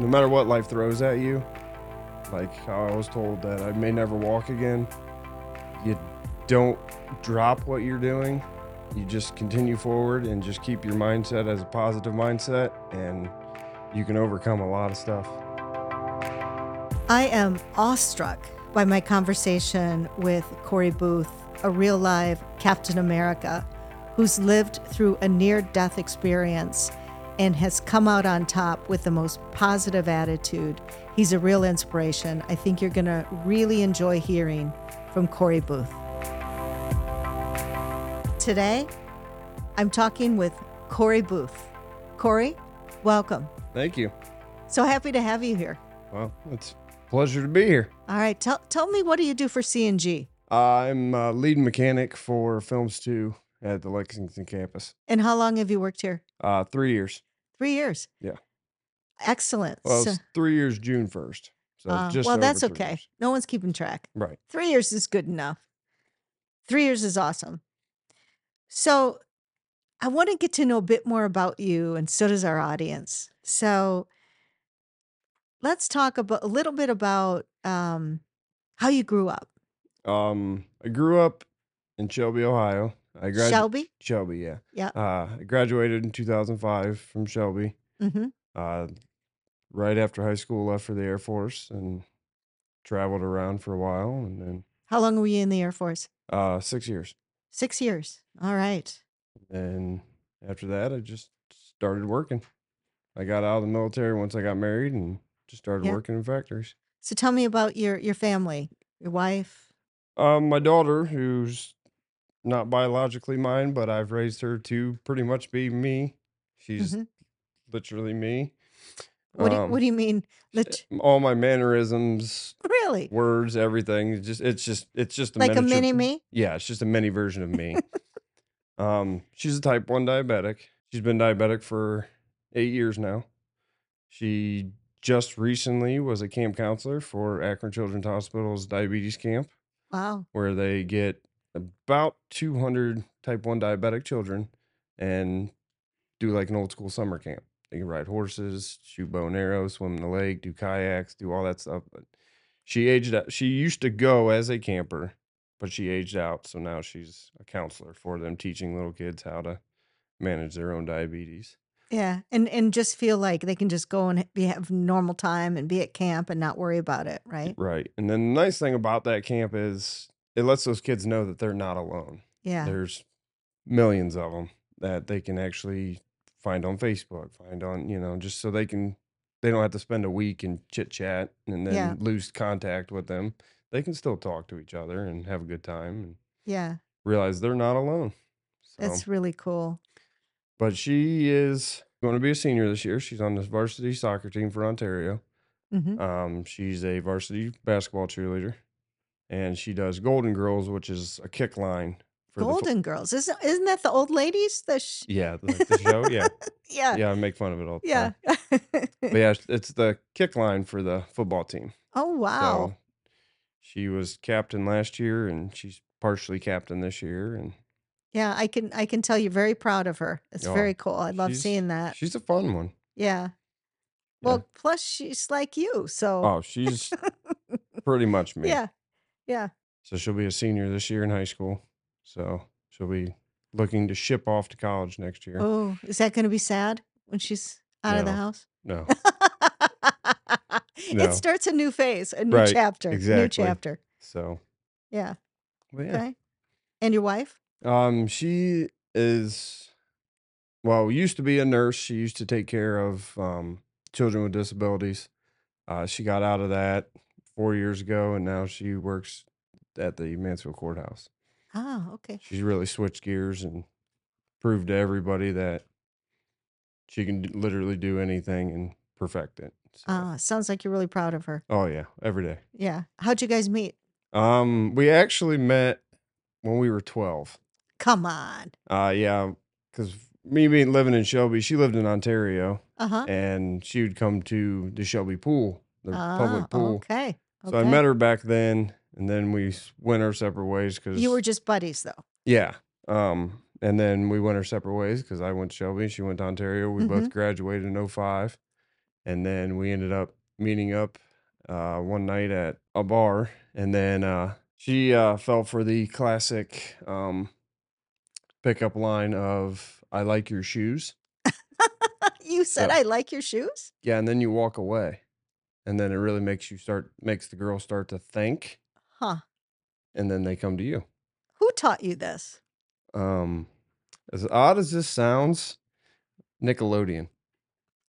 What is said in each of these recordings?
no matter what life throws at you, like how I was told that I may never walk again, you don't drop what you're doing. You just continue forward and just keep your mindset as a positive mindset, and you can overcome a lot of stuff. I am awestruck by my conversation with Corey Booth, a real live Captain America who's lived through a near death experience and has come out on top with the most positive attitude. He's a real inspiration. I think you're going to really enjoy hearing from Corey Booth. Today, I'm talking with Corey Booth. Corey, welcome. Thank you. So happy to have you here. Well, it's a pleasure to be here. All right, tell tell me what do you do for CNG I'm a lead mechanic for Films 2 at the Lexington campus. and how long have you worked here? Uh, three years. 3 years. Yeah. Excellent. Well, So- it's three years June 1st. So Uh, just well, over that's three okay. years. No one's keeping track. Right. Three years is good enough. Three years is awesome. So, I want to get to know a bit more about you, and so does our audience. So, let's talk about a little bit about um, how you grew up, Um, I grew up in Shelby, Ohio. I graduated Shelby. Shelby, yeah. Yeah. Uh, I graduated in 2005 from Shelby. hmm Uh, right after high school, left for the Air Force and traveled around for a while, and then How long were you in the Air Force? uh, six years. Six years. All right. And after that, I just started working. I got out of the military once I got married and just started Yeah. working in factories. So, tell me about your your family, your wife. Um, my daughter, who's not biologically mine, but I've raised her to pretty much be me. She's Mhm. literally me. What do, you- um, what do you mean? Lit- All my mannerisms, really? words, everything. It's just it's just it's just a Like a miniature- mini me? Yeah, it's just a mini version of me. um, she's a type one diabetic. She's been diabetic for eight years now. She just recently was a camp counselor for Akron Children's Hospital's diabetes camp, Wow. where they get about 200 type 1 diabetic children and do like an old school summer camp. They can ride horses, shoot bow and arrow, swim in the lake, do kayaks, do all that stuff. But she aged out. She used to go as a camper, but she aged out. So now she's a counselor for them, teaching little kids how to manage their own diabetes. Yeah, and and just feel like they can just go and be, have normal time and be at camp and not worry about it, right? Right. And then the nice thing about that camp is it lets those kids know that they're not alone. Yeah, there's millions of them that they can actually find on Facebook, find on, you know, just so they can, they don't have to spend a week in chit chat and then Yeah. lose contact with them. They can still talk to each other and have a good time and yeah, realize they're not alone. So, that's really cool. but she is going to be a senior this year. She's on the varsity soccer team for Ontario. hmm Um, she's a varsity basketball cheerleader and she does Golden Girls, which is a kick line for the fo- Golden Girls, isn't isn't that the old ladies? The sh- yeah, like the show. Yeah. yeah, yeah, I make fun of it all the yeah. time. But yeah, it's the kick line for the football team. oh wow, So she was captain last year and she's partially captain this year and yeah. I can I can tell you're very proud of her. It's Oh, very cool. I love she's- seeing that. she's a fun one. yeah. Well, plus she's like you, so Oh, she's pretty much me. yeah, yeah. So she'll be a senior this year in high school. So she'll be looking to ship off to college next year. Oh, is that going to be sad when she's out of the No. house? No. No. It starts a new phase, a new Right, chapter, new exactly. chapter. So Yeah. but yeah. Okay. And your wife? Um, she is, well, used to be a nurse. She used to take care of um, children with disabilities. Uh, she got out of that four years ago, and now she works at the Mansfield courthouse. Ah, okay. She's really switched gears and proved to everybody that she can d- literally do anything and perfect it. So- Ah, sounds like you're really proud of her. oh yeah, every day. Yeah. How'd you guys meet? Um, we actually met when we were twelve. Come on. Uh, yeah, because me being living in Shelby, she lived in Ontario, Uh huh. and she would come to the Shelby pool, the Ah, public pool. okay. So I met her back then, and then we s- went our separate ways because You were just buddies, though. yeah. Um, and then we went our separate ways because I went to Shelby, she went to Ontario. We both graduated in 05. and then we ended up meeting up uh, one night at a bar, and then uh, she uh, fell for the classic um, pickup line of "I like your shoes." you said So- I like your shoes? Yeah, and then you walk away, and then it really makes you start makes the girl start to think, Huh. and then they come to you. Who taught you this? Um, as odd as this sounds, Nickelodeon.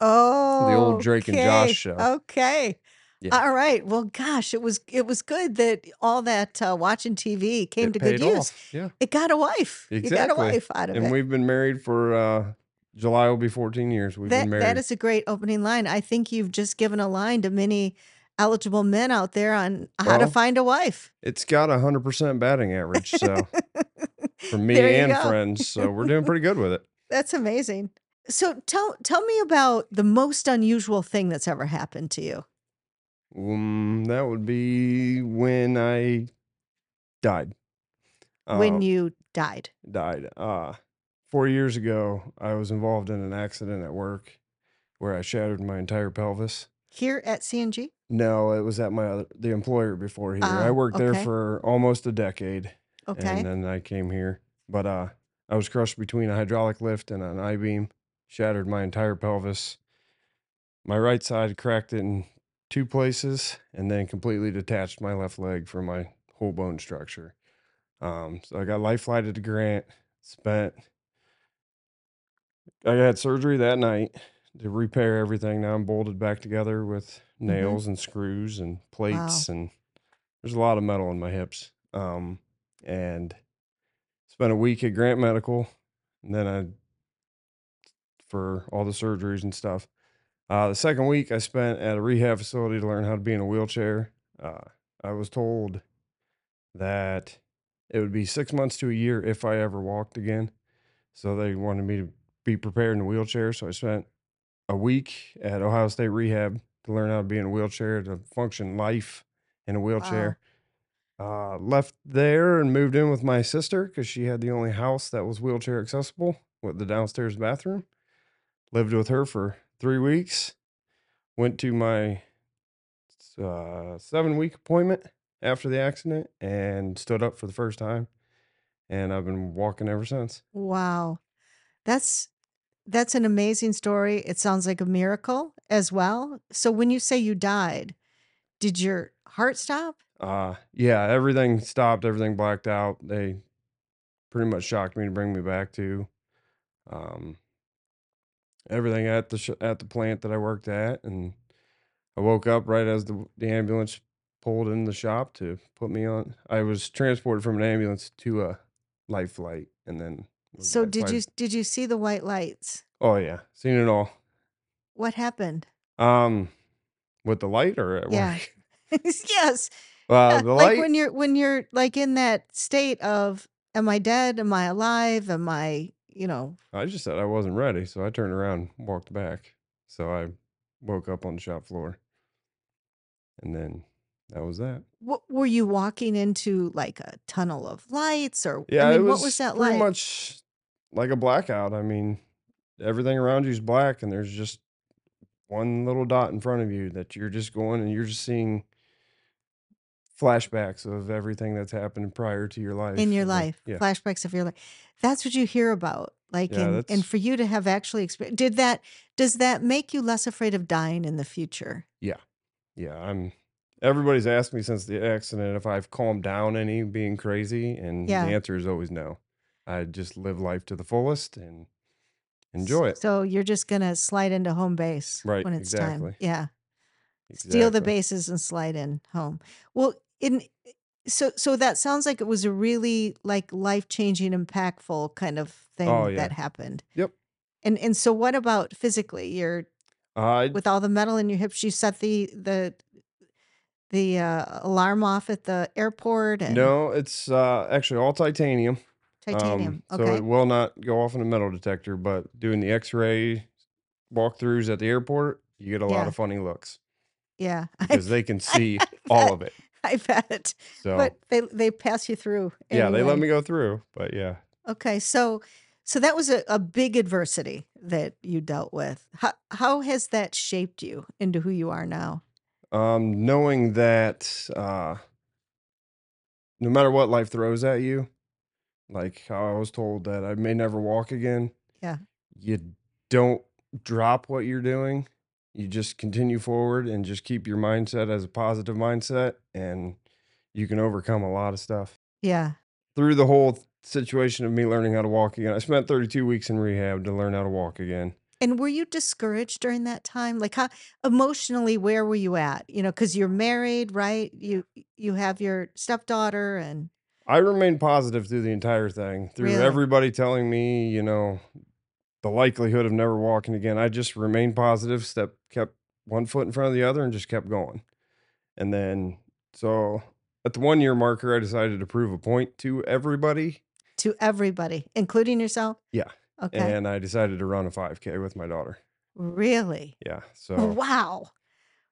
Oh, old Drake and Josh show. Okay. Yeah. All right. Well, gosh, it was it was good that all that uh, watching TV came It to good paid use. off, Yeah, It got a wife. You got a Exactly. wife out of and it. we've been married for uh, July will be 14 years. We've That, been married. that is a great opening line. I think you've just given a line to many eligible men out there on how to Well, find a wife. It's got a hundred percent batting average, so from me There you and go. friends, so we're doing pretty good with it. That's amazing. So tell tell me about the most unusual thing that's ever happened to you. Um, that would be when I died. when Um, you died. died, uh, four years ago, I was involved in an accident at work where I shattered my entire pelvis. Here at CNG? No, it was at my other, the employer before here. I Ah, worked there okay. for almost a decade. Okay. And then I came here. But uh I was crushed between a hydraulic lift and an I beam, shattered my entire pelvis. My right side cracked in two places and then completely detached my left leg from my whole bone structure. Um so I got life flighted to Grant, spent I had surgery that night to repair everything. Now I'm bolted back together with nails and screws and plates and there's a lot of metal in my hips. Um and spent a week at Grant Medical, and then I for all the surgeries and stuff. Uh, the second week I spent at a rehab facility to learn how to be in a wheelchair. Uh, I was told that it would be six months to a year if I ever walked again. So they wanted me to be prepared in a wheelchair. So I spent a week at Ohio State Rehab to learn how to be in a wheelchair, to function life in a wheelchair uh, left there and moved in with my sister because she had the only house that was wheelchair accessible with the downstairs bathroom. Lived with her for three weeks. Went to my uh, seven week appointment after the accident and stood up for the first time. And I've been walking ever since. Wow. That's that's an amazing story. It sounds like a miracle as well. So when you say you died, did your heart stop? Uh, yeah, everything stopped, everything blacked out. They pretty much shocked me to bring me back to. Um, everything at the sh- at the plant that I worked at, and I woke up right as the the ambulance pulled in the shop to put me on. I was transported from an ambulance to a life flight, and then was So life did you flighted- did you see the white lights? Oh yeah, seen it all. What happened? Um, with the light or at Yeah. work? yes. Uh, yeah, the like light. when you're when you're like in that state of am I dead? Am I alive? Am I, you know, I just said I wasn't ready, so I turned around, and walked back. So I woke up on the shop floor, and then that was that. what were you walking into like a tunnel of lights or Yeah, I mean, it was, what was that pretty like? much like a blackout. I mean, everything around you is black, and there's just one little dot in front of you that you're just going, and you're just seeing flashbacks of everything that's happened prior to your life. in your and then- life, yeah. flashbacks of your life. That's what you hear about. Like, Yeah, and, and that's- for you to have actually experienced, did that, does that make you less afraid of dying in the future? yeah i'm everybody's asked me since the accident if i've calmed down any being crazy and Yeah. the answer is always no i just live life to the fullest and enjoy it So you're just going to slide into home base Right, when it's time. exactly. Yeah. Steal the Exactly. bases and slide in home. Well, in, so, so that sounds like it was a really like life changing, impactful kind of thing Oh, yeah. that happened. Yep. And, and so what about physically? You're i with all the metal in your hips you set the the the uh, alarm off at the airport and no it's uh actually all titanium um, titanium so okay it will not go off in a metal detector but doing the x-ray walkthroughs at the airport you get a lot Yeah. of funny looks yeah because they can see bet. all of it i bet so but they they pass you through yeah they let anyway. me go through but yeah okay so So that was a, a big adversity that you dealt with. How, how has that shaped you into who you are now? Um, knowing that uh, no matter what life throws at you, like how I was told that I may never walk again. Yeah. You don't drop what you're doing. You just continue forward and just keep your mindset as a positive mindset, and you can overcome a lot of stuff. Yeah. Through the whole th- situation of me learning how to walk again, I spent 32 weeks in rehab to learn how to walk again. And were you discouraged during that time? Like how emotionally where were you at? You know, cuz you're married, right? You you have your stepdaughter and I remained positive through the entire thing, through Really? everybody telling me, you know, the likelihood of never walking again. I just remained positive, step kept one foot in front of the other and just kept going. And then so at the one year marker, I decided to prove a point to everybody. to everybody, including yourself? Yeah. Okay. And I decided to run a 5K with my daughter. really? Oh, Yeah. So Wow.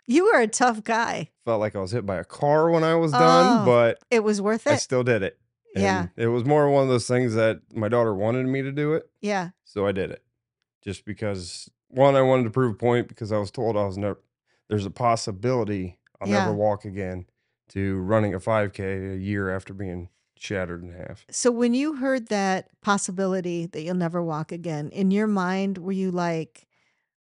You were a tough guy. felt like I was hit by a car when I was done, Oh, but It was worth I it. still did it. Yeah. And It was more one of those things that my daughter wanted me to do it. Yeah. So I did it just because one, I wanted to prove a point because I was told I was never, there's a possibility I'll Yeah. never walk again to running a 5K a year after being shattered in half. So when you heard that possibility that you'll never walk again, in your mind were you like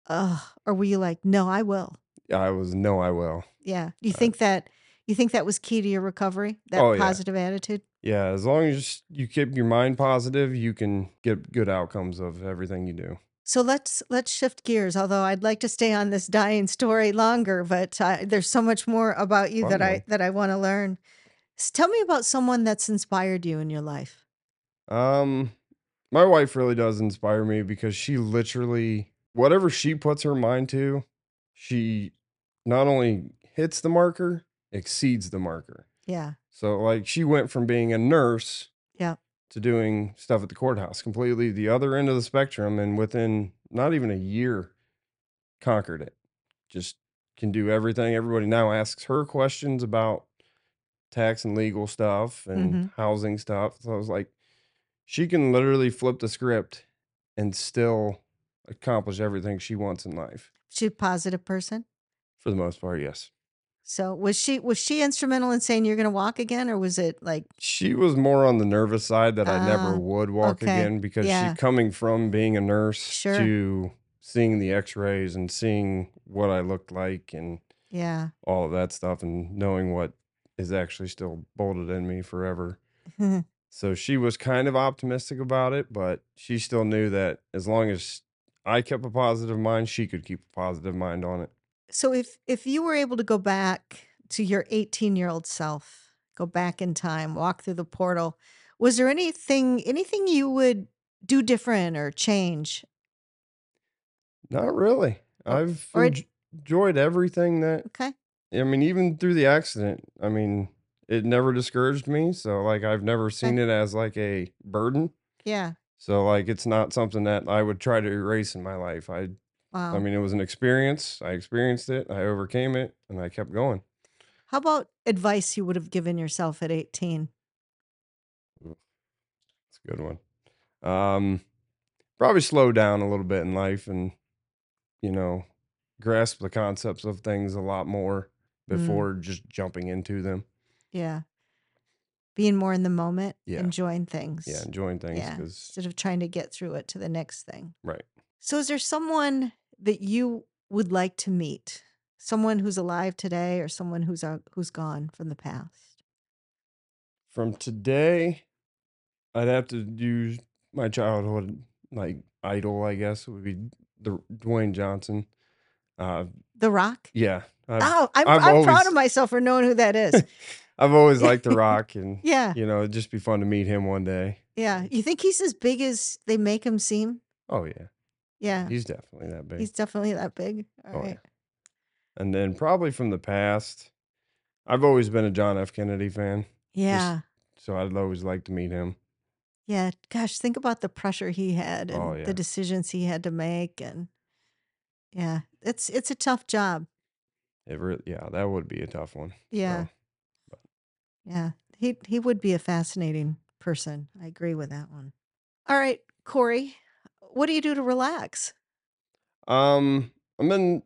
Ugh, or were you like, no, I will? I was, no, I will. Yeah. You Uh, think that you think that was key to your recovery? That Oh, yeah. positive attitude? Yeah. As long as you keep your mind positive, you can get good outcomes of everything you do. So let's let's shift gears. Although I'd like to stay on this dying story longer, but uh, there's so much more about you Fun that I one. that I want to learn. S- tell me about someone that's inspired you in your life. Um, my wife really does inspire me because she literally, whatever she puts her mind to, she not only hits the marker, exceeds the marker. Yeah. So like she went from being a nurse Yeah. to doing stuff at the courthouse, completely the other end of the spectrum, and within not even a year, conquered it. Just can do everything. Everybody now asks her questions about tax and legal stuff and Mhm. housing stuff. So I was like, she can literally flip the script and still accomplish everything she wants in life. She's a positive person. For the most part, yes. So was she was she instrumental in saying you're going to walk again, or was it like She was more on the nervous side that I Ah, never would walk okay. again because Yeah. she coming from being a nurse Sure. to seeing the x-rays and seeing what I looked like and yeah? all of that stuff and knowing what is actually still bolted in me forever. So she was kind of optimistic about it, but she still knew that as long as I kept a positive mind, she could keep a positive mind on it. so if if you were able to go back to your 18 year old self go back in time walk through the portal was there anything anything you would do different or change Not really. or, I've or it, enj- enjoyed everything that okay I mean, even through the accident, I mean, it never discouraged me. So like I've never okay seen it as like a burden. yeah So like it's not something that I would try to erase in my life. I I wow mean, it was an experience. I experienced it. I overcame it and I kept going. how about advice you would have given yourself at 18 It's a good one. Um probably slow down a little bit in life and, you know, grasp the concepts of things a lot more mm, before just jumping into them. yeah being more in the moment Yeah. enjoying Yeah, things enjoying things yeah cuz instead of trying to get through it to the next thing right. So, is there someone that you would like to meet? Someone who's alive today, or someone who's uh, who's gone from the past? From today, I'd have to do my childhood like idol, I guess, would be the Dwayne Johnson. Uh, The Rock. yeah, I've Oh, I'm I've I'm proud of always myself for knowing who that is. I've always liked The Rock, and yeah, you know, it'd just be fun to meet him one day. yeah. So, You think he's as big as they make him seem? oh yeah, Yeah, he's definitely that big. he's definitely that big. All Oh yeah, right. and then probably from the past, I've always been a John F. Kennedy fan. Just Yeah, so I'd always like to meet him. yeah. Gosh, think about the pressure he had Oh and the yeah, decisions he had to make, and yeah, it's it's a tough job. it really, yeah, that would be a tough one. Yeah. So Yeah, he he would be a fascinating person. I agree with that one. All right, Corey, what do you do to relax? Um, I'm in.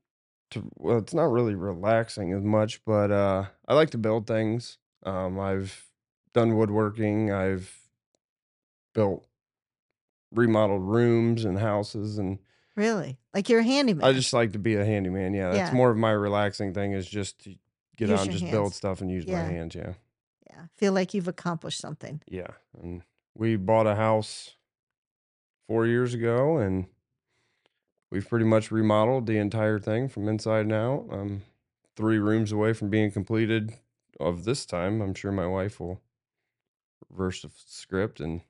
To, well, it's not really relaxing as much, but uh, I like to build things. Um, I've done woodworking. I've built remodeled rooms and houses, and Really? Like you're a handyman. I just like to be a handyman. Yeah, that's Yeah. more of my relaxing thing is just to get Use out and your just build hands. stuff and use Yeah. my hands. Yeah, yeah, feel like you've accomplished something. yeah. And we bought a house four years ago, and we've pretty much remodeled the entire thing from inside and out. I'm three rooms away from being completed. Of this time, I'm sure my wife will reverse the f- script and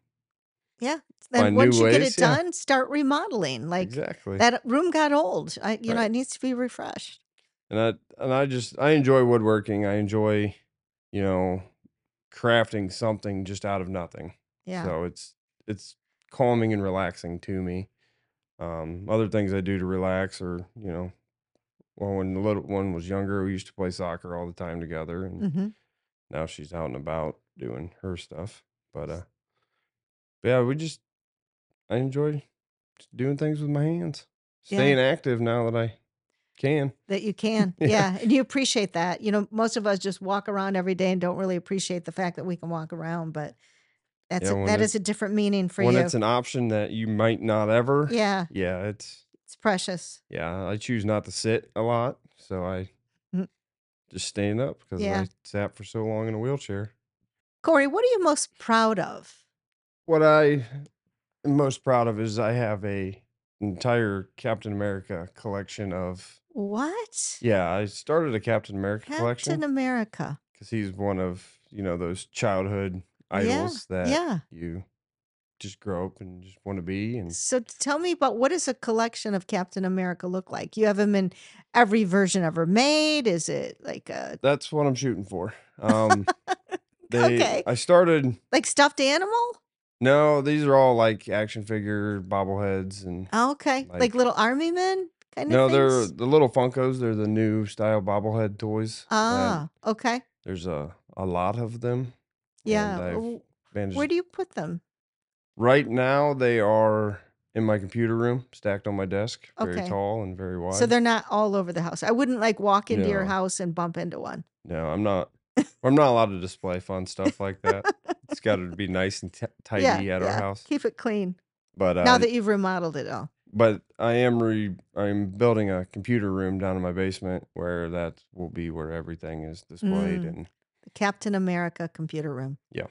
Then Find once new you get it ways, yeah. done, start remodeling. Like exactly that room got old. I, you know, Right. it needs to be refreshed. and I and I just I enjoy woodworking. I enjoy, you know, crafting something just out of nothing. Yeah. So it's it's calming and relaxing to me. Um, other things I do to relax are, you know, well, when the little one was younger, we used to play soccer all the time together, and hmm now she's out and about doing her stuff. But uh, yeah, we just I enjoy just doing things with my hands, Yeah. staying active now that I can. That you can. Yeah. yeah. And you appreciate that. You know, most of us just walk around every day and don't really appreciate the fact that we can walk around, but that's Yeah, a, when that it- is a different meaning for when you. it's an option that you might not ever. yeah. Yeah, it's It's precious. yeah. I choose not to sit a lot, so I Mm. just stand up because Yeah. I sat for so long in a wheelchair. Corey, what are you most proud of? What I am most proud of is I have a entire Captain America collection of. What? Yeah, I started a Captain America Captain collection America. because he's one of you know those childhood Yeah, idols that yeah. you just grow up and just want to be and So t- tell me about what does a collection of Captain America look like? You have him in every version ever made. Is it like a that's what I'm shooting for. Um, they, Okay. I started. like stuffed animal? No, these are all like action figure bobbleheads and Oh, okay, like, Like- little army men kind no, of they're uh, things. the little Funkos. They're the new style bobblehead toys. that- Ah, okay, there's a a lot of them. yeah. I've w- Managed- Where do you put them? right now they are in my computer room, stacked on my desk, very Okay. tall and very wide. So they're not all over the house. I wouldn't like walk into your No. house and bump into one. no, I'm not. I'm not allowed to display fun stuff like that. it's got to be nice and t- tidy Yeah, at our yeah. house. Keep it clean. But uh, now that you've remodeled it all. but I am re I'm building a computer room down in my basement where that will be where everything is displayed Mm. and The Captain America computer room. yeah,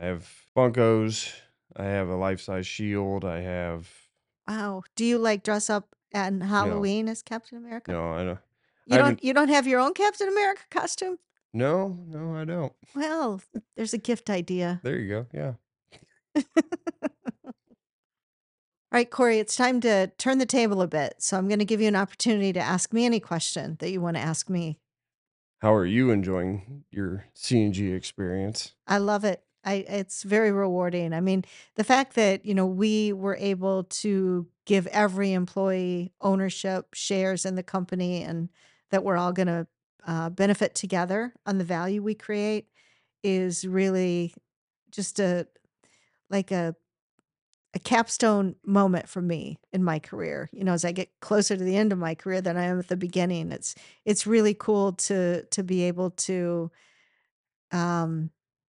I have Funkos, I have a life size shield, I have Wow. Do you like dress up on Halloween as Captain America? no, I don't You I don't haven't- you don't have your own Captain America costume? no, no, I don't. Well, there's a gift idea. There you go. Yeah. All right, Corey, it's time to turn the table a bit. So I'm going to give you an opportunity to ask me any question that you want to ask me. How are you enjoying your CNG experience? I love it. I it's very rewarding. I mean, the fact that, you know, we were able to give every employee ownership shares in the company and that we're all going to uh, benefit together on the value we create is really just a like a a capstone moment for me in my career. You know, as I get closer to the end of my career than I am at the beginning, it's it's really cool to to be able to um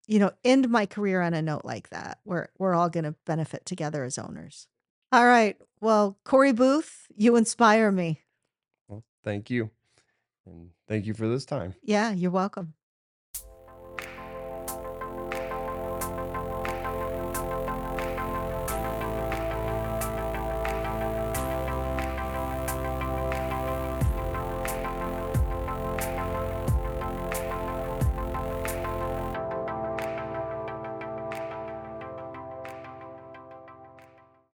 you know, end my career on a note like that where we're all going to benefit together as owners. All right. Well, Corey Booth, you inspire me. Well, thank you. And thank you for this time. Yeah, you're welcome.